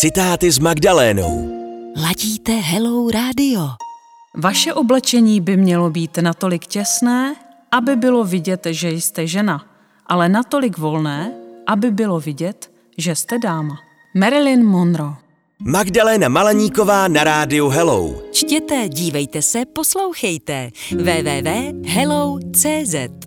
Citáty s Magdalénou. Ladíte Hello Radio. Vaše oblečení by mělo být natolik těsné, aby bylo vidět, že jste žena, ale natolik volné, aby bylo vidět, že jste dáma. Marilyn Monroe. Magdaléna Malaníková na rádiu Hello. Čtěte, dívejte se, poslouchejte. www.hello.cz